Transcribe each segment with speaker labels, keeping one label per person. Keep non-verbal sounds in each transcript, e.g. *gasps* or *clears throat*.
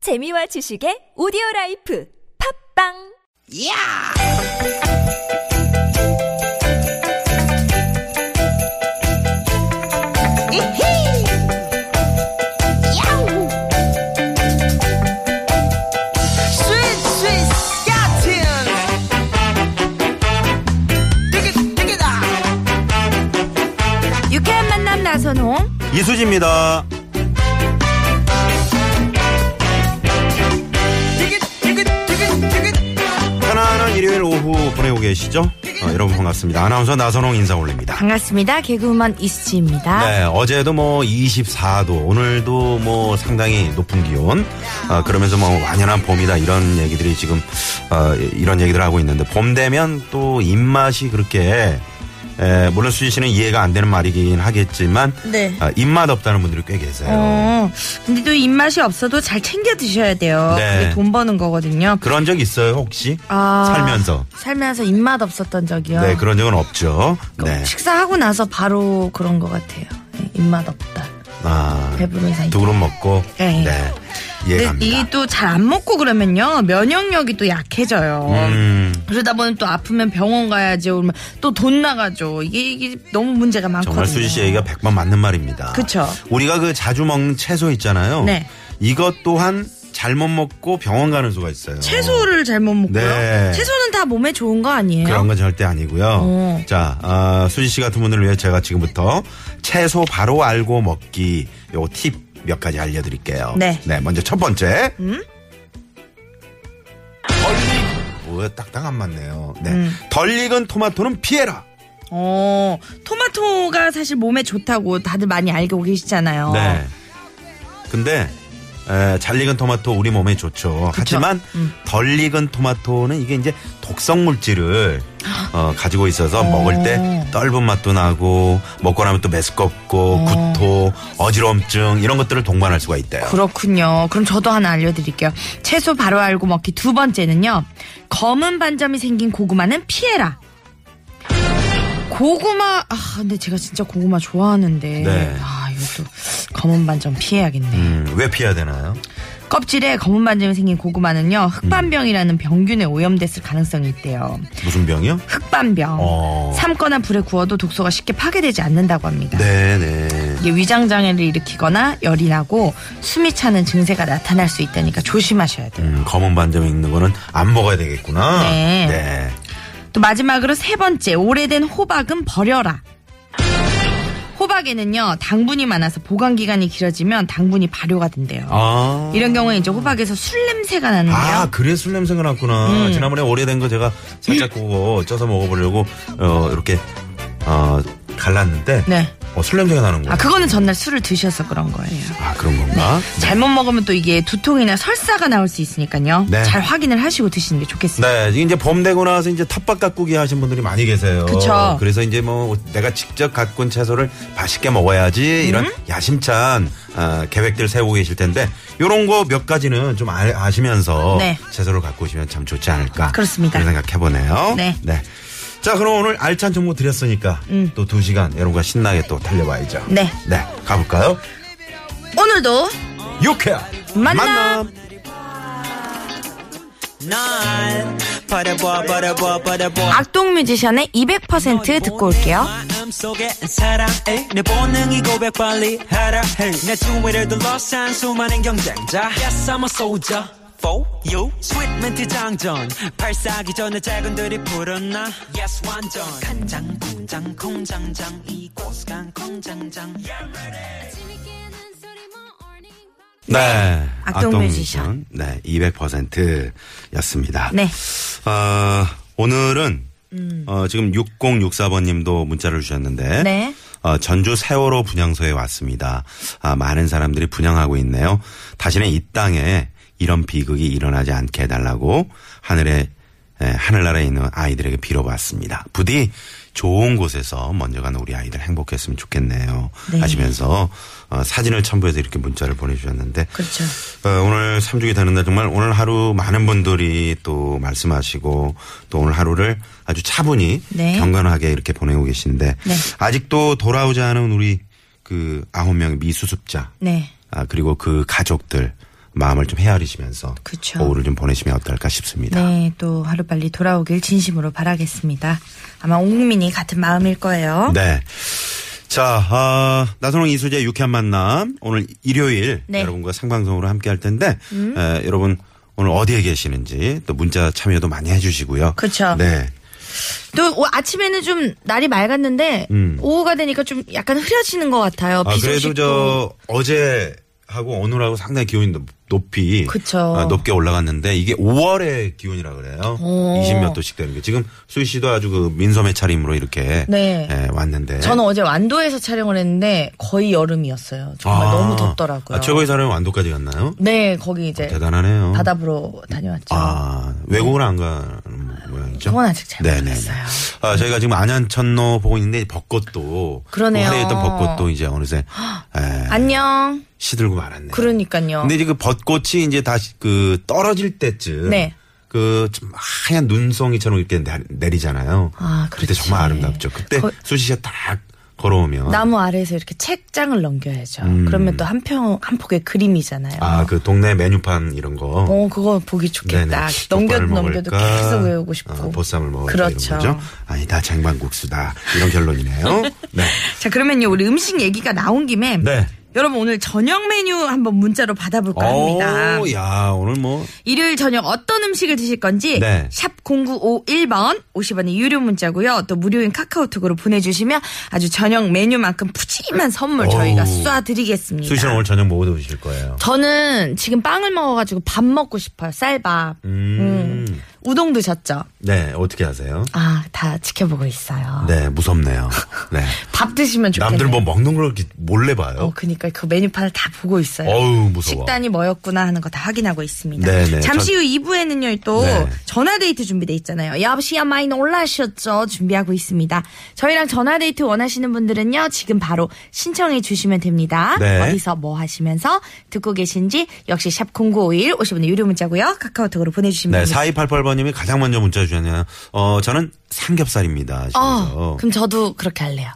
Speaker 1: 재미와 지식의 오디오 라이프 팝빵
Speaker 2: 이야! 이히! 야우! 스윗, 스윗, 야틴! 띠깃, 띠깃아!
Speaker 3: 유쾌한 만남 나선홍.
Speaker 4: 이수지입니다.
Speaker 2: 띠깃, 띠깃, 띠깃, 띠깃!
Speaker 4: 편안한 일요일 오후 보내고 계시죠? 어, 여러분 반갑습니다. 아나운서 나선홍 인사 올립니다.
Speaker 3: 반갑습니다. 개그우먼 이수지입니다.
Speaker 4: 네, 어제도 뭐 24도, 오늘도 뭐 상당히 높은 기온, 어, 그러면서 뭐 완연한 봄이다 이런 얘기들이 지금 어, 이런 얘기들 하고 있는데 봄 되면 또 입맛이 그렇게 에, 물론 수지 씨는 이해가 안 되는 말이긴 하겠지만
Speaker 3: 네.
Speaker 4: 어, 입맛 없다는 분들이 꽤 계세요.
Speaker 3: 어, 근데 또 입맛이 없어도 잘 챙겨 드셔야 돼요.
Speaker 4: 네.
Speaker 3: 그게 돈 버는 거거든요.
Speaker 4: 그런 적 있어요 혹시
Speaker 3: 아.
Speaker 4: 살면서?
Speaker 3: 살면서 입맛 없었던 적이요.
Speaker 4: 네, 그런 적은 없죠. 네,
Speaker 3: 식사하고 나서 바로 그런 것 같아요. 네, 입맛 없다.
Speaker 4: 아,
Speaker 3: 배부른 사이.
Speaker 4: 두 그릇 먹고
Speaker 3: 네.
Speaker 4: 네,
Speaker 3: 근데
Speaker 4: 이해갑니다.
Speaker 3: 이게 또 잘 안 먹고 그러면요. 면역력이 또 약해져요.
Speaker 4: 음,
Speaker 3: 그러다 보면 또 아프면 병원 가야지. 그러면 또 돈 나가죠. 이게, 이게 너무 문제가 많거든요.
Speaker 4: 정말 수지 씨 얘기가 100번 맞는 말입니다.
Speaker 3: 그쵸.
Speaker 4: 우리가 그 자주 먹는 채소 있잖아요.
Speaker 3: 네.
Speaker 4: 이것 또한 잘못 먹고 병원 가는 수가 있어요.
Speaker 3: 채소를 잘못 먹고요.
Speaker 4: 네.
Speaker 3: 채소는 다 몸에 좋은 거 아니에요?
Speaker 4: 그런 건 절대 아니고요.
Speaker 3: 어.
Speaker 4: 자, 아, 수지 씨 같은 분들을 위해 제가 지금부터 채소 바로 알고 먹기 요 팁 몇 가지 알려드릴게요.
Speaker 3: 네. 음?
Speaker 4: 먼저 첫 번째. 덜릭. 뭐야, 딱딱 안 맞네요. 네.
Speaker 3: 음.
Speaker 4: 덜 익은 토마토는 피해라.
Speaker 3: 어, 토마토가 사실 몸에 좋다고 다들 많이 알고 계시잖아요.
Speaker 4: 네. 근데 에, 잘 익은 토마토 우리 몸에 좋죠. 하지만
Speaker 3: 음.
Speaker 4: 덜 익은 토마토는 이게 이제 독성 물질을 어, 가지고 있어서 먹을 때 떫은 맛도 나고 먹고 나면 또 메스껍고
Speaker 3: 어.
Speaker 4: 구토, 어지러움증 이런 것들을 동반할 수가 있대요.
Speaker 3: 그렇군요. 그럼 저도 하나 알려드릴게요. 채소 바로 알고 먹기 두 번째는요. 검은 반점이 생긴 고구마는 피해라. 고구마, 아, 근데 제가 진짜 고구마 좋아하는데.
Speaker 4: 네.
Speaker 3: 아, 이것도 검은 반점 피해야겠네.
Speaker 4: 음, 왜 피해야 되나요?
Speaker 3: 껍질에 검은 반점이 생긴 고구마는요. 흑반병이라는 병균에 오염됐을 가능성이 있대요.
Speaker 4: 무슨 병이요?
Speaker 3: 흑반병.
Speaker 4: 어.
Speaker 3: 삶거나 불에 구워도 독소가 쉽게 파괴되지 않는다고 합니다.
Speaker 4: 네, 네.
Speaker 3: 이게 위장 장애를 일으키거나 열이 나고 숨이 차는 증세가 나타날 수 있다니까 조심하셔야 돼요.
Speaker 4: 음, 검은 반점이 있는 거는 안 먹어야 되겠구나.
Speaker 3: 네.
Speaker 4: 네.
Speaker 3: 또 마지막으로 세 번째, 오래된 호박은 버려라. 호박에는요 당분이 많아서 보관 기간이 길어지면 당분이 발효가 된대요.
Speaker 4: 아.
Speaker 3: 이런 경우에 이제 호박에서 술 냄새가 나는데요.
Speaker 4: 아, 그래 술 냄새가
Speaker 3: 음.
Speaker 4: 났구나. 지난번에 오래된 거 제가 살짝 그거 쪄서 먹어보려고 어, 이렇게 어, 갈랐는데
Speaker 3: 네.
Speaker 4: 어, 술 냄새가 나는 거야.
Speaker 3: 아 그거는 전날 술을 드셔서 그런 거예요.
Speaker 4: 아, 그런 건가?
Speaker 3: 잘못 먹으면 또 이게 두통이나 설사가 나올 수 있으니까요.
Speaker 4: 네.
Speaker 3: 잘 확인을 하시고 드시는 게
Speaker 4: 네,
Speaker 3: 좋겠습니다.
Speaker 4: 이제 봄 되고 나서 이제 텃밭 가꾸기 하신 분들이 많이 계세요.
Speaker 3: 그쵸.
Speaker 4: 래서 이제 뭐 내가 직접 가꾼 채소를 맛있게 먹어야지
Speaker 3: 음?
Speaker 4: 이런 야심찬 어, 계획들 세우고 계실 텐데 요런 거 몇 가지는 좀 아, 시면서
Speaker 3: 네.
Speaker 4: 채소를 가꾸시면 참 좋지 않을까.
Speaker 3: 그렇습니다.
Speaker 4: 그런 생각해 보네요.
Speaker 3: 네.
Speaker 4: 자, 그럼 오늘 알찬 정보 드렸으니까 또 두 시간 여러분과 신나게 또 달려봐야죠.
Speaker 3: 음. 네.
Speaker 4: 네, 가볼까요? 네.
Speaker 3: 오늘도
Speaker 4: 유쾌한
Speaker 3: 만남.
Speaker 5: nine. Butter boy, butter boy, butter boy.
Speaker 3: 악동 뮤지션의 200% 듣고 올게요.
Speaker 5: 마음속에 사랑해 내 본능이 고백 빨리 하라 해내 주위를 둘러싼 수많은 경쟁자 Yes I'm a soldier For you Sweet 멘트 장전 발사기 전에 작은들이 풀었나 Yes 완전 간장 공장 공장장 이곳 간 공장장
Speaker 4: 네.
Speaker 3: 악동 뮤지션.
Speaker 4: 네, 200%였습니다.
Speaker 3: 네. 음.
Speaker 4: 어, 오늘은 어, 지금 6064번 님도 문자를 주셨는데
Speaker 3: 네.
Speaker 4: 어, 전주 세월호 분향소에 왔습니다. 아, 많은 사람들이 분향하고 있네요. 다시는 이 땅에 이런 비극이 일어나지 않게 해달라고 하늘에 예, 하늘나라에 있는 아이들에게 빌어봤습니다. 부디 좋은 곳에서 먼저 가는 우리 아이들 행복했으면 좋겠네요. 하시면서 어, 사진을 첨부해서 이렇게 문자를 보내주셨는데
Speaker 3: 그렇죠.
Speaker 4: 어, 오늘 삼주기 되는 날 정말 오늘 하루 많은 분들이 또 말씀하시고 또 오늘 하루를 아주 차분히
Speaker 3: 네.
Speaker 4: 경건하게 이렇게 보내고 계신데
Speaker 3: 네.
Speaker 4: 아직도 돌아오지 않은 우리 그 아홉 명의 미수습자
Speaker 3: 네.
Speaker 4: 아, 그리고 그 가족들 마음을 좀 헤아리시면서
Speaker 3: 그쵸.
Speaker 4: 오후를 좀 보내시면 어떨까 싶습니다.
Speaker 3: 네, 또 하루빨리 돌아오길 진심으로 바라겠습니다. 아마 옹민이 같은 마음일 거예요.
Speaker 4: 네. 자, 아, 나선홍 이수재 유쾌한 만남. 오늘 일요일
Speaker 3: 네. 음.
Speaker 4: 여러분과 생방송으로 함께 할 텐데, 에, 여러분 오늘 어디에 계시는지 또 문자 참여도 많이 해주시고요.
Speaker 3: 그쵸.
Speaker 4: 네.
Speaker 3: 또 오- 아침에는 좀 날이 맑았는데 오후가 되니까 좀 약간 흐려지는 것 같아요.
Speaker 4: 음. 아,
Speaker 3: 비
Speaker 4: 그래도
Speaker 3: 소식도.
Speaker 4: 저 어제 하고 오늘하고 상당히 기온이 높- 높이
Speaker 3: 그쵸.
Speaker 4: 아, 높게 올라갔는데 이게 5월의 기온이라 그래요.
Speaker 3: 오.
Speaker 4: 20몇 도씩 되는 게 지금 수희 씨도 아주 그 민소매 차림으로 이렇게
Speaker 3: 네.
Speaker 4: 예, 왔는데
Speaker 3: 저는 어제 완도에서 촬영을 했는데 거의 여름이었어요. 정말
Speaker 4: 아.
Speaker 3: 너무 덥더라고요.
Speaker 4: 아, 최고의 사람이 완도까지 갔나요?
Speaker 3: 네, 거기 이제
Speaker 4: 대단하네요.
Speaker 3: 바다 보러 다녀왔죠.
Speaker 4: 아, 외국을 안 가는 모양이죠?
Speaker 3: 그건 아직 잘
Speaker 4: 네네네.
Speaker 3: 모르겠어요.
Speaker 4: 아, 저희가 지금 안양천로 보고 있는데 벚꽃도
Speaker 3: 그러네요.
Speaker 4: 화려했던 벚꽃도 이제 어느새 에,
Speaker 3: 안녕.
Speaker 4: 시들고 말았네요.
Speaker 3: 그러니까요.
Speaker 4: 네. 근데 이제 그 벚꽃이 이제 다시 그 떨어질 때쯤
Speaker 3: 네.
Speaker 4: 그 좀 하얀 눈송이처럼 이렇게 내- 내리잖아요.
Speaker 3: 아,
Speaker 4: 그때
Speaker 3: 그렇지.
Speaker 4: 정말 아름답죠. 그때
Speaker 3: 거-
Speaker 4: 수시 씨가 딱 걸어오면
Speaker 3: 나무 아래에서 이렇게 책장을 넘겨야죠. 그러면 또 한 평 한 폭의 그림이잖아요.
Speaker 4: 음. 아, 그 동네 메뉴판 이런 거.
Speaker 3: 어, 그거 보기 좋겠다. 넘겨도
Speaker 4: 족발을
Speaker 3: 넘겨도
Speaker 4: 먹을까?
Speaker 3: 계속 외우고 싶고.
Speaker 4: 어, 보쌈을 먹을까
Speaker 3: 그렇죠.
Speaker 4: 이런 거죠. 아니다 쟁반국수다 이런 결론이네요.
Speaker 3: *laughs*
Speaker 4: 네.
Speaker 3: 자, 그러면요. 우리 음식 얘기가 나온 김에
Speaker 4: 네.
Speaker 3: 여러분 오늘 저녁 메뉴 한번 문자로 받아볼까 합니다.
Speaker 4: 오, 예. 야 오늘 뭐
Speaker 3: 일요일 저녁 어떤 음식을 드실 건지
Speaker 4: 네.
Speaker 3: 샵 0951번 50원의 유료 문자고요. 또 무료인 카카오톡으로 보내주시면 아주 저녁 메뉴만큼 푸짐한 선물 저희가
Speaker 4: 어우.
Speaker 3: 쏴드리겠습니다.
Speaker 4: 수시 씨는 오늘 저녁 뭐 드실 거예요?
Speaker 3: 저는 지금 빵을 먹어가지고 밥 먹고 싶어요. 쌀밥.
Speaker 4: 음.
Speaker 3: 우동 드셨죠?
Speaker 4: 네 어떻게 하세요?
Speaker 3: 아, 다 지켜보고 있어요.
Speaker 4: 네 무섭네요. 네.
Speaker 3: 밥 드시면 좋겠네요.
Speaker 4: 남들 뭐 먹는 걸 이렇게 몰래 봐요.
Speaker 3: 어, 그니까 그 메뉴판을 다 보고 있어요.
Speaker 4: 어우, 무서워.
Speaker 3: 식단이 뭐였구나 하는 거 다 확인하고 있습니다.
Speaker 4: 네네,
Speaker 3: 잠시
Speaker 4: 전-
Speaker 3: 후 2부에는요, 또
Speaker 4: 네.
Speaker 3: 전화데이트 준비돼 있잖아요. 여보시야 마인 올라오셨죠? 준비하고 있습니다. 저희랑 전화데이트 원하시는 분들은요, 지금 바로 신청해 주시면 됩니다.
Speaker 4: 네.
Speaker 3: 어디서 뭐 하시면서 듣고 계신지 역시 샵 0951 50원의 유료 문자고요. 카카오톡으로
Speaker 4: 네,
Speaker 3: 보내주시면 됩니다.
Speaker 4: 4288번님이 가장 먼저 문자 주셨네요. 어, 저는 삼겹살입니다. 하시면서.
Speaker 3: 어, 그럼 저도 그렇게 할래요.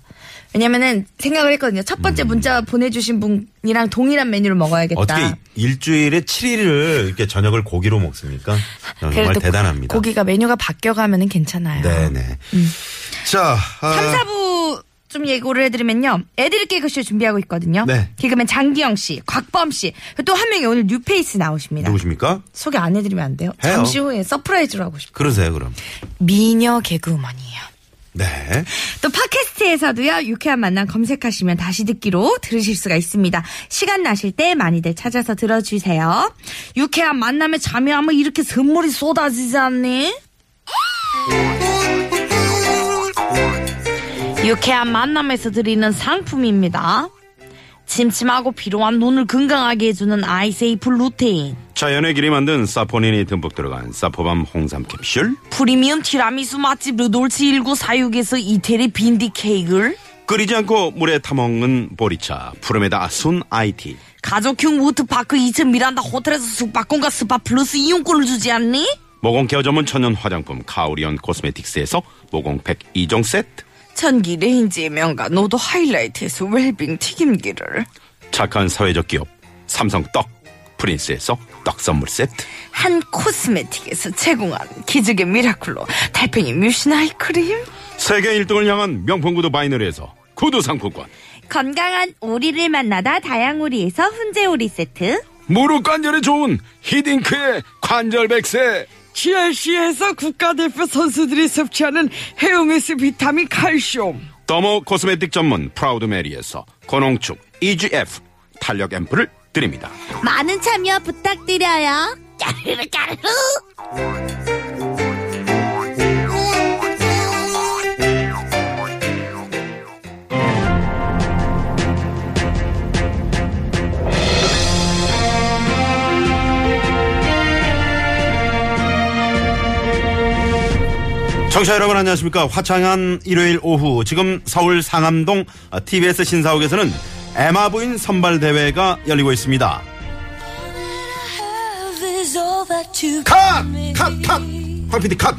Speaker 3: 왜냐면은 생각을 했거든요. 첫 번째 문자 보내주신 분이랑 동일한 메뉴를 먹어야겠다.
Speaker 4: 음. 어떻게 일주일에 7일을 이렇게 저녁을 고기로 먹습니까? 어, 정말
Speaker 3: 그래도
Speaker 4: 대단합니다.
Speaker 3: 고기가 음. 메뉴가 바뀌어가면 괜찮아요.
Speaker 4: 네네. 자, 아,
Speaker 3: 3, 4부 좀 예고를 해드리면요. 애들 개그쇼 준비하고 있거든요.
Speaker 4: 네.
Speaker 3: 개그맨 장기영 씨, 곽범 씨, 또 한 명이 오늘 뉴페이스 나오십니다.
Speaker 4: 누구십니까?
Speaker 3: 소개 안 해드리면 안 돼요?
Speaker 4: 해요.
Speaker 3: 잠시 후에 서프라이즈로 하고 싶어요.
Speaker 4: 그러세요, 그럼.
Speaker 3: 미녀 개그우먼이에요.
Speaker 4: 네.
Speaker 3: 또 팟캐스트에서도요 유쾌한 만남 검색하시면 다시 듣기로 들으실 수가 있습니다 시간 나실 때 많이들 찾아서 들어주세요 유쾌한 만남에 참여하면 이렇게 선물이 쏟아지지 않니? 유쾌한 만남에서 드리는 상품입니다 침침하고 피로한 눈을 건강하게 해주는 아이세이프 루테인
Speaker 6: 자연의 길이 만든 사포닌이 듬뿍 들어간 사포밤 홍삼 캡슐
Speaker 3: 프리미엄 티라미수 맛집 르돌치 1946에서 이태리 빈디 케이크를
Speaker 6: 끓이지 않고 물에 타먹는 보리차 푸르메다 순 IT
Speaker 3: 가족형 워터파크 2층 미란다 호텔에서 숙박권과 스파 플러스 이용권을 주지 않니?
Speaker 6: 모공케어 전문 천연 화장품 카오리언 코스메틱스에서 모공팩 2종 세트
Speaker 3: 전기 레인지의 명가 노도 하이라이트에서 웰빙 튀김기를
Speaker 6: 착한 사회적 기업 삼성 떡 프린스에서 떡 선물 세트
Speaker 3: 한 코스메틱에서 제공한 기적의 미라클로 달팽이 뮤신 아이크림
Speaker 6: 세계 1등을 향한 명품 구두 바이너리에서 구두 상품권
Speaker 3: 건강한 오리를 만나다 다양오리에서 훈제오리 세트
Speaker 6: 무릎 관절에 좋은 히딩크의 관절 백세
Speaker 7: GRC에서 국가대표 선수들이 섭취하는 헤어메스 비타민 칼슘
Speaker 6: 더모 코스메틱 전문 프라우드 메리에서 건홍축 EGF 탄력 앰플을 드립니다
Speaker 3: 많은 참여 부탁드려요 짜르르 짜르르
Speaker 4: 청취자 여러분 안녕하십니까. 화창한 일요일 오후 지금 서울 상암동 아, TBS 신사옥에서는 에마 부인 선발 대회가 열리고 있습니다. 컷! 컷! 컷! 황피디 컷!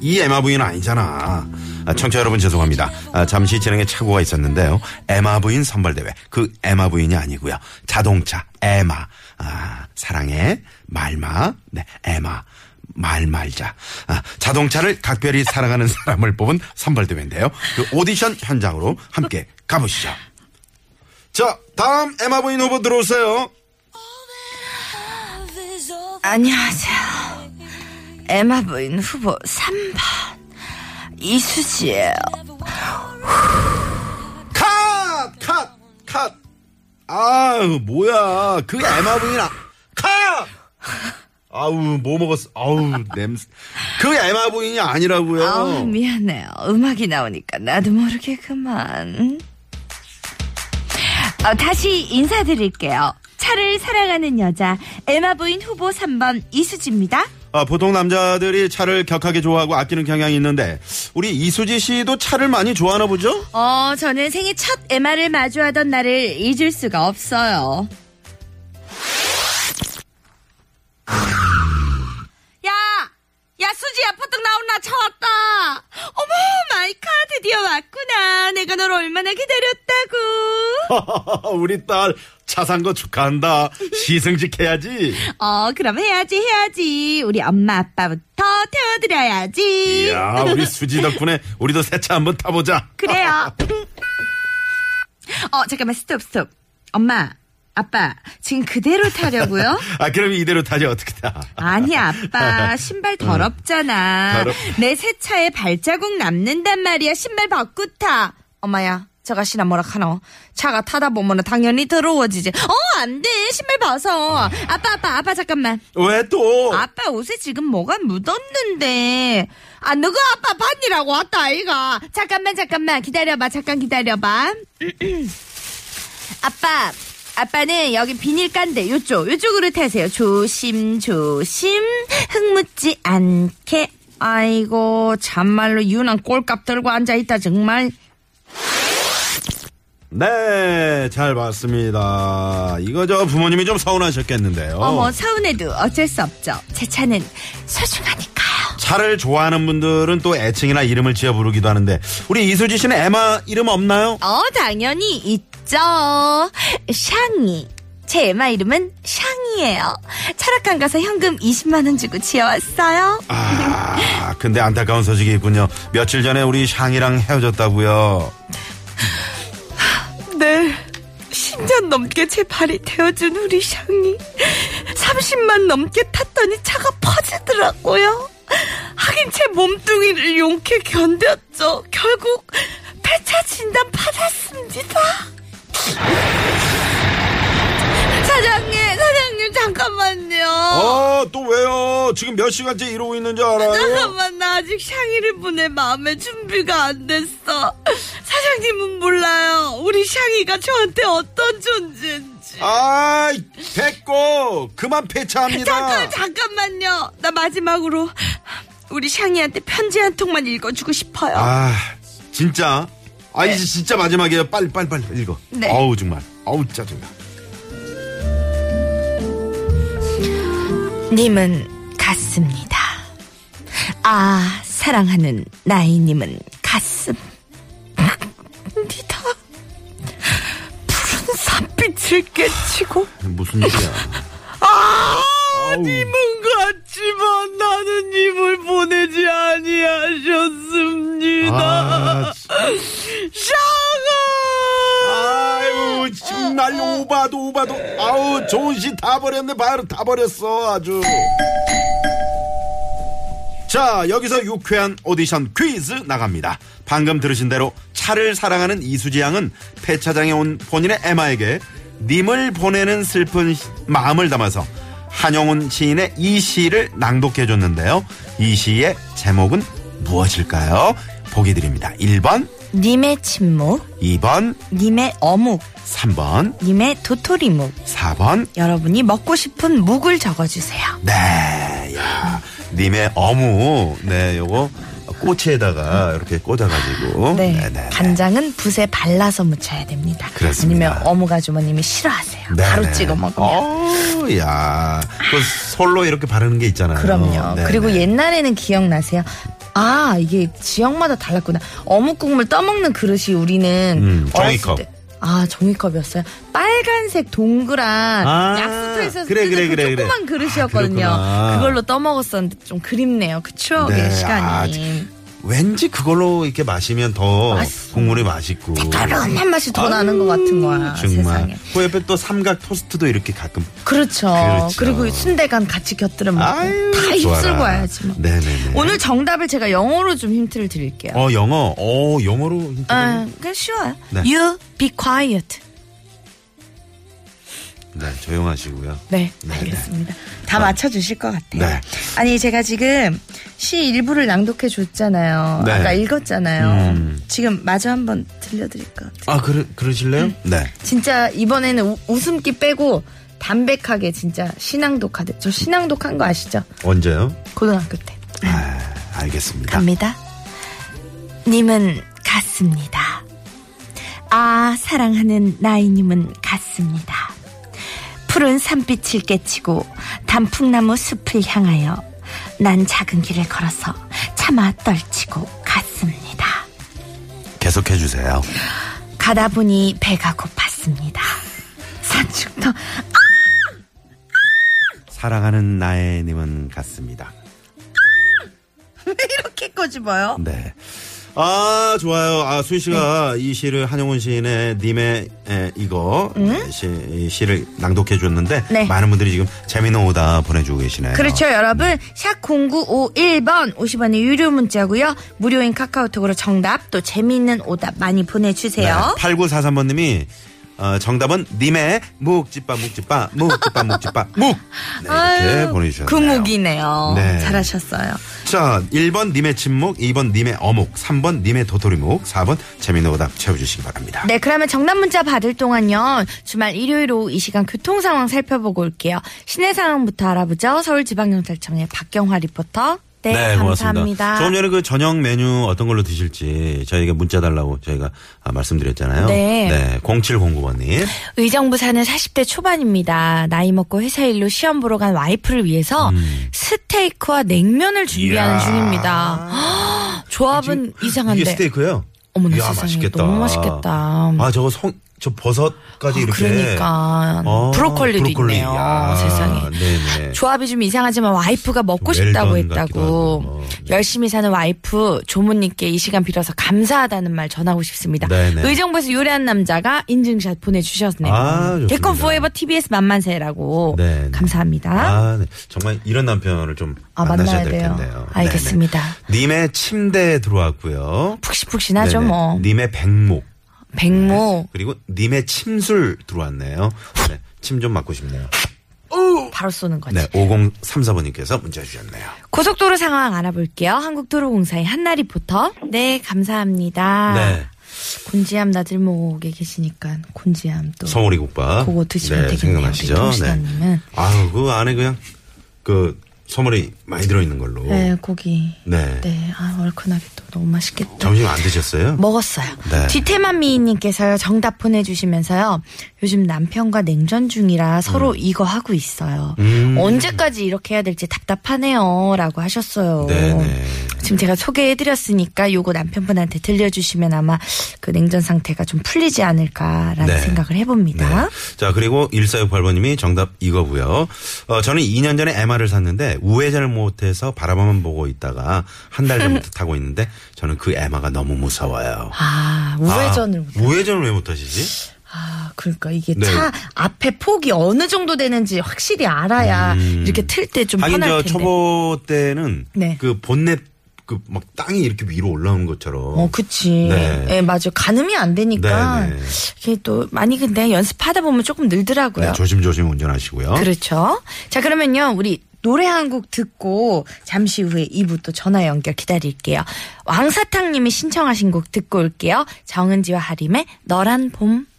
Speaker 4: 이 에마 부인은 아니잖아. 아, 청취자 여러분 죄송합니다. 아, 잠시 진행에 착오가 있었는데요. 에마 부인 선발대회. 그 에마 부인이 아니고요. 자동차, 에마. 아, 사랑해, 말마. 네, 에마. 말 말자. 아, 자동차를 각별히 사랑하는 *laughs* 사람을 뽑은 선발대회인데요. 그 오디션 현장으로 함께 가보시죠. 자, 다음 에마 부인 후보 들어오세요.
Speaker 3: 안녕하세요. 에마 부인 후보 3번 이수지예요.
Speaker 4: 컷! 컷! 컷! 아우, 뭐야. 그 에마부인, 아, 컷! 아우, 뭐 먹었어. 아우, 냄새. 그 에마부인이 아니라고요.
Speaker 3: 아우 어, 미안해요. 음악이 나오니까 나도 모르게 그만. 어, 다시 인사드릴게요. 차를 사랑하는 여자 에마 부인 후보 3번 이수지입니다.
Speaker 4: 아, 보통 남자들이 차를 격하게 좋아하고 아끼는 경향이 있는데, 우리 이수지 씨도 차를 많이 좋아하나 보죠? *laughs*
Speaker 3: 어, 저는 생애 첫 에마를 마주하던 날을 잊을 수가 없어요. 야! 야, 수지야, 퍼뜩 나온 나 차 왔다! 어머, 마이카, 드디어 왔구나. 내가 널 얼마나
Speaker 4: 어.
Speaker 3: 기다렸다고.
Speaker 4: 우리 딸, 차 산 거 축하한다. 시승식 해야지.
Speaker 3: 어, 그럼 해야지, 해야지. 우리 엄마, 아빠부터 태워드려야지.
Speaker 4: 이야, 우리 수지 덕분에 우리도 새 차 한번 타보자.
Speaker 3: 그래요. 어, 잠깐만, 스톱, 스톱. 엄마, 아빠, 지금 그대로 타려고요?
Speaker 4: 아, 그럼 이대로 타지 어떻게 타?
Speaker 3: 아니, 아빠, 신발 더럽잖아.
Speaker 4: 더럽-
Speaker 3: 내 새 차에 발자국 남는단 말이야. 신발 바꾸 타. 엄마야, 저가 시나 뭐라 카노? 차가 타다 보면 당연히 더러워지지. 어, 안 돼. 신발 벗어. 아빠, 아빠, 아빠, 잠깐만.
Speaker 4: 왜 또?
Speaker 3: 아빠 옷에 지금 뭐가 묻었는데. 아, 너가 아빠 반이라고 왔다, 아이가. 잠깐만, 잠깐만. 기다려봐, 잠깐 기다려봐. *clears throat* 아빠, 아빠는 여기 비닐간데, 요쪽, 요쪽으로 타세요. 조심, 조심. 흙 묻지 않게. 아이고, 참말로 유난 꼴값 들고 앉아있다, 정말.
Speaker 4: 네, 잘 봤습니다. 이거 저 부모님이 좀 서운하셨겠는데요.
Speaker 7: 뭐.
Speaker 3: 어머, 서운해도 어쩔 수 없죠. 제 차는 소중하니까요.
Speaker 4: 차를 좋아하는 분들은 또 애칭이나 이름을 지어 부르기도 하는데 우리 이수지 씨는 에마 이름 없나요?
Speaker 3: 어, 당연히 있죠. 샹이. 제 애마 이름은 샹이에요. 철학관 가서 현금 20만원 주고 지어왔어요.
Speaker 4: 아, 근데 안타까운 소식이 있군요. 며칠 전에 우리 샹이랑 헤어졌다고요.
Speaker 7: 네. 10년 넘게 제 발이 되어준 우리 샹이 30만 넘게 탔더니 차가 퍼지더라고요. 하긴 제 몸뚱이를 용케 견뎠죠. 결국 폐차 진단 받았습니다.
Speaker 3: 사장님, 사장님, 잠깐만요.
Speaker 4: 아, 또 왜요? 지금 몇 시간째 이러고 있는 줄 알아요?
Speaker 7: 잠깐만 나 아직 샹이를 보낼 마음의 준비가 안 됐어. 사장님은 몰라요. 우리 샹이가 저한테 어떤 존재인지.
Speaker 4: 아, 됐고 그만 폐차합니다.
Speaker 3: 어.
Speaker 7: 아, 잠깐 잠깐만요. 나 마지막으로 우리 샹이한테 편지 한 통만 읽어주고 싶어요.
Speaker 4: 아 진짜 아 이제 진짜 마지막이에요 빨리 빨리 빨리 읽어
Speaker 7: 네.
Speaker 4: 아우 정말 아우 짜증나
Speaker 3: 님은 갔습니다. 아, 사랑하는 나이님은 갔습니다.
Speaker 7: 푸른 산빛을 깨치고
Speaker 4: 무슨 일이야
Speaker 7: *laughs* 아, 님은 갔지만 나는 님을 보내지 아니하셨습니다.
Speaker 4: 아, 진-
Speaker 7: 샹아!
Speaker 4: 아유 지금 날 오바도 오바도 아우 좋은 씨 다 버렸네 바로 다 버렸어 아주 자 여기서 유쾌한 오디션 퀴즈 나갑니다 방금 들으신 대로 차를 사랑하는 이수지 양은 폐차장에 온 본인의 에마에게 님을 보내는 슬픈 시- 마음을 담아서 한영훈 시인의 이 시를 낭독해 줬는데요 이 시의 제목은 무엇일까요? 보기 드립니다 1번
Speaker 3: 님의 침묵,
Speaker 4: 2번
Speaker 3: 님의 어묵,
Speaker 4: 3번
Speaker 3: 님의 도토리묵.
Speaker 4: 4번.
Speaker 3: 여러분이 먹고 싶은 묵을 적어주세요.
Speaker 4: 네, 야. 님의 어묵. 네, 요거 꼬치에다가 이렇게 꽂아가지고.
Speaker 3: 네.
Speaker 4: 네.
Speaker 3: 간장은 붓에 발라서 무쳐야 됩니다.
Speaker 4: 그렇습니다.
Speaker 3: 아니면 어묵 아주머님이 싫어하세요.
Speaker 4: 네,
Speaker 3: 바로
Speaker 4: 네.
Speaker 3: 찍어 먹으면.
Speaker 4: 어, 야. 그 솔로 이렇게 바르는 게 있잖아요.
Speaker 3: 그럼요.
Speaker 4: 네,
Speaker 3: 그리고 예.
Speaker 4: 네.
Speaker 3: 옛날에는 기억나세요? 아 이게 지역마다 달랐구나. 어묵 국물 떠먹는 그릇이 우리는
Speaker 4: 음,
Speaker 3: 어렸을
Speaker 4: 종이컵.
Speaker 3: 때- 아 종이컵이었어요. 빨간색 동그란
Speaker 4: 아,
Speaker 3: 약수터에서
Speaker 4: 그래, 그래,
Speaker 3: 쓰는 그
Speaker 4: 그래, 그래.
Speaker 3: 조그만 그릇이었거든요.
Speaker 4: 아, 그렇구나.
Speaker 3: 그걸로 떠먹었었는데 좀 그립네요. 그 추억의
Speaker 4: 네, 아,
Speaker 3: 시간이.
Speaker 4: 왠지 그걸로 이렇게 마시면 더
Speaker 3: 맛있어.
Speaker 4: 국물이 맛있고.
Speaker 3: 깔끔한 맛이 더 나는 것 같은 거야
Speaker 4: 아, 정말.
Speaker 3: 아, 세상에.
Speaker 4: 그 옆에 또 삼각 토스트도 이렇게 가끔.
Speaker 3: 그렇죠.
Speaker 4: 그렇죠. 네.
Speaker 3: 그리고 순대간 같이 곁들여 먹고
Speaker 4: 아유,
Speaker 3: 다 입술고 와야지. 뭐.
Speaker 4: 네네네.
Speaker 3: 오늘 정답을 제가 영어로 좀 힌트를 드릴게요.
Speaker 4: 어, 영어. 어, 영어로. 힌트
Speaker 3: 아, 그냥 쉬워요.
Speaker 4: 네.
Speaker 3: You be quiet.
Speaker 4: 네, 조용하시고요.
Speaker 3: 네,
Speaker 4: 네,
Speaker 3: 알겠습니다. 다 맞춰주실 것 같아요.
Speaker 4: 네.
Speaker 3: 아니, 제가 지금 시 일부를 낭독해 줬잖아요.
Speaker 4: 네.
Speaker 3: 아까 읽었잖아요.
Speaker 4: 음.
Speaker 3: 지금 마저 한번 들려드릴 것 같아요.
Speaker 4: 아, 그러, 그러실래요?
Speaker 3: 음.
Speaker 4: 네.
Speaker 3: 진짜 이번에는 우- 웃음기 빼고 담백하게 진짜 신앙독하듯. 저 신앙독한 거 아시죠?
Speaker 4: 언제요?
Speaker 3: 고등학교 때.
Speaker 4: 아, 알겠습니다.
Speaker 3: 갑니다. 님은 갔습니다. 아, 사랑하는 나이님은 갔습니다. 푸른 산빛을 깨치고 단풍나무 숲을 향하여 난 작은 길을 걸어서 차마 떨치고 갔습니다.
Speaker 4: 계속해주세요.
Speaker 3: 가다 보니 배가 고팠습니다. 산중턱
Speaker 4: 사랑하는 나혜님은 같습니다.
Speaker 3: *laughs* 왜 이렇게 꼬집어요?
Speaker 4: 네. 아, 좋아요. 아, 수희 씨가
Speaker 3: 네.
Speaker 4: 이 시를 한영훈 시인의 님의 에, 이거 네, 시, 이 시를 낭독해 줬는데
Speaker 3: 네.
Speaker 4: 많은 분들이 지금 재미있는 오다 보내주고 계시네요.
Speaker 3: 그렇죠, 여러분. 샵 0951번 50원의 유료 문자고요. 무료인 카카오톡으로 정답 또 재미있는 오답 많이 보내주세요.
Speaker 4: 8943번 네. 님이 어, 정답은 님의 묵집밥 묵집밥 묵집밥 묵집밥 묵. 네, 이렇게
Speaker 3: 아유,
Speaker 4: 보내 주셨네요.
Speaker 3: 그 목이네요.
Speaker 4: 네.
Speaker 3: 잘하셨어요.
Speaker 4: 자, 1번 님의 침묵, 2번 님의 어묵, 3번 님의 도토리묵, 4번 재미있는 오답 채워 주시기 바랍니다.
Speaker 3: 네, 그러면 정답 문자 받을 동안요. 주말 일요일 오후 이 시간 교통 상황 살펴보고 올게요. 시내 상황부터 알아보죠. 서울지방경찰청의 박경화 리포터. 네, 감사합니다.
Speaker 4: 조금 전에 그 저녁 메뉴 어떤 걸로 드실지 저희가 문자 달라고 저희가 아, 말씀드렸잖아요.
Speaker 3: 네.
Speaker 4: 0709번님.
Speaker 3: 의정부 사는 40대 초반입니다. 나이 먹고 회사 일로 시험 보러 간 와이프를 위해서 스테이크와 냉면을 준비하는
Speaker 4: 음. 이야.
Speaker 3: 중입니다.
Speaker 4: *gasps*
Speaker 3: 헉, 조합은 이상한데.
Speaker 4: 이게 스테이크예요?
Speaker 3: 어머나
Speaker 4: 이야,
Speaker 3: 세상에,
Speaker 4: 맛있겠다.
Speaker 3: 너무 맛있겠다.
Speaker 4: 아 저거 성, 저 버섯까지
Speaker 3: 아,
Speaker 4: 이렇게.
Speaker 3: 그러니까.
Speaker 4: 아,
Speaker 3: 브로콜리도
Speaker 4: 브로콜리.
Speaker 3: 있네요.
Speaker 4: 이야,
Speaker 3: 세상에.
Speaker 4: 네네.
Speaker 3: 조합이 좀 이상하지만 와이프가 먹고
Speaker 4: 좀
Speaker 3: 싶다고
Speaker 4: 웰던 같기도 하고,
Speaker 3: 했다고
Speaker 4: 뭐. 네.
Speaker 3: 열심히 사는 와이프 조모님께 이 시간 빌어서 감사하다는 말 전하고 싶습니다.
Speaker 4: 네네.
Speaker 3: 의정부에서 요리한 남자가 인증샷 보내주셨네요.
Speaker 4: 아, 좋습니다.
Speaker 3: 개콘 포에버 TBS 만만세라고
Speaker 4: 네, 네.
Speaker 3: 감사합니다.
Speaker 4: 아, 네. 정말 이런 남편을 좀
Speaker 3: 아,
Speaker 4: 만나셔야
Speaker 3: 만나야
Speaker 4: 될
Speaker 3: 돼요.
Speaker 4: 텐데요.
Speaker 3: 알겠습니다.
Speaker 4: 네네. 님의 침대에 들어왔고요. 네네.
Speaker 3: 푹신푹신하죠 뭐.
Speaker 4: 님의 백목.
Speaker 3: 백모
Speaker 4: 그리고 님의 침술 들어왔네요. 네, 침 좀 맞고 싶네요.
Speaker 3: 바로 쏘는 거지.
Speaker 4: 네, 5034번님께서 문자 주셨네요.
Speaker 3: 고속도로 상황 알아볼게요. 한국도로공사의 한나 리포터. 네, 감사합니다.
Speaker 4: 네.
Speaker 3: 곤지암 나들목에 계시니까 곤지암 또
Speaker 4: 성오리 국밥.
Speaker 3: 그거 드시면 되겠네요.
Speaker 4: 생각나시죠?
Speaker 3: 우리 김시장님은.
Speaker 4: 아유, 그 안에 그냥 그 선물이 많이 들어있는 걸로.
Speaker 3: 네, 고기.
Speaker 4: 예. 네.
Speaker 3: 네, 아 얼큰하게 또 너무 맛있겠다.
Speaker 4: 점심 안 드셨어요?
Speaker 3: 먹었어요.
Speaker 4: 네.
Speaker 3: 뒤태만 미인님께서요 정답 보내주시면서요 요즘 남편과 냉전 중이라
Speaker 4: 음.
Speaker 3: 서로 이거 하고 있어요. 언제까지 이렇게 해야 될지 답답하네요라고 하셨어요.
Speaker 4: 네네.
Speaker 3: 지금 제가 소개해드렸으니까 요거 남편분한테 들려주시면 아마 그 냉전 상태가 좀 풀리지 않을까라는
Speaker 4: 네.
Speaker 3: 생각을
Speaker 4: 네.
Speaker 3: 해봅니다.
Speaker 4: 자, 그리고 1468번님이 정답 이거고요. 어, 저는 2년 전에 MR을 샀는데 우회전을 못해서 바라만 보고 있다가 한 달
Speaker 3: *laughs*
Speaker 4: 전부터 타고 있는데 저는 그 MR가 너무 무서워요.
Speaker 3: 아 우회전을 못.
Speaker 4: 아, 우회전을 왜 못하시지?
Speaker 3: 아 그러니까 이게
Speaker 4: 네.
Speaker 3: 차 앞에 폭이 어느 정도 되는지 확실히 알아야 이렇게 틀 때 좀
Speaker 4: 하긴
Speaker 3: 음, 편할
Speaker 4: 음. 저
Speaker 3: 텐데.
Speaker 4: 초보 때는
Speaker 3: 네.
Speaker 4: 그 본넷 그 막 땅이 이렇게 위로 올라오는 것처럼.
Speaker 3: 어, 그치.
Speaker 4: 네.
Speaker 3: 예, 맞아. 가늠이 안 되니까.
Speaker 4: 네, 네.
Speaker 3: 이게 또, 많이 근데 연습하다 보면 조금 늘더라고요.
Speaker 4: 네, 조심조심 운전하시고요.
Speaker 3: 그렇죠. 자, 그러면요. 우리 노래 한 곡 듣고 잠시 후에 2부 또 전화 연결 기다릴게요. 왕사탕님이 신청하신 곡 듣고 올게요. 정은지와 하림의 너란 봄.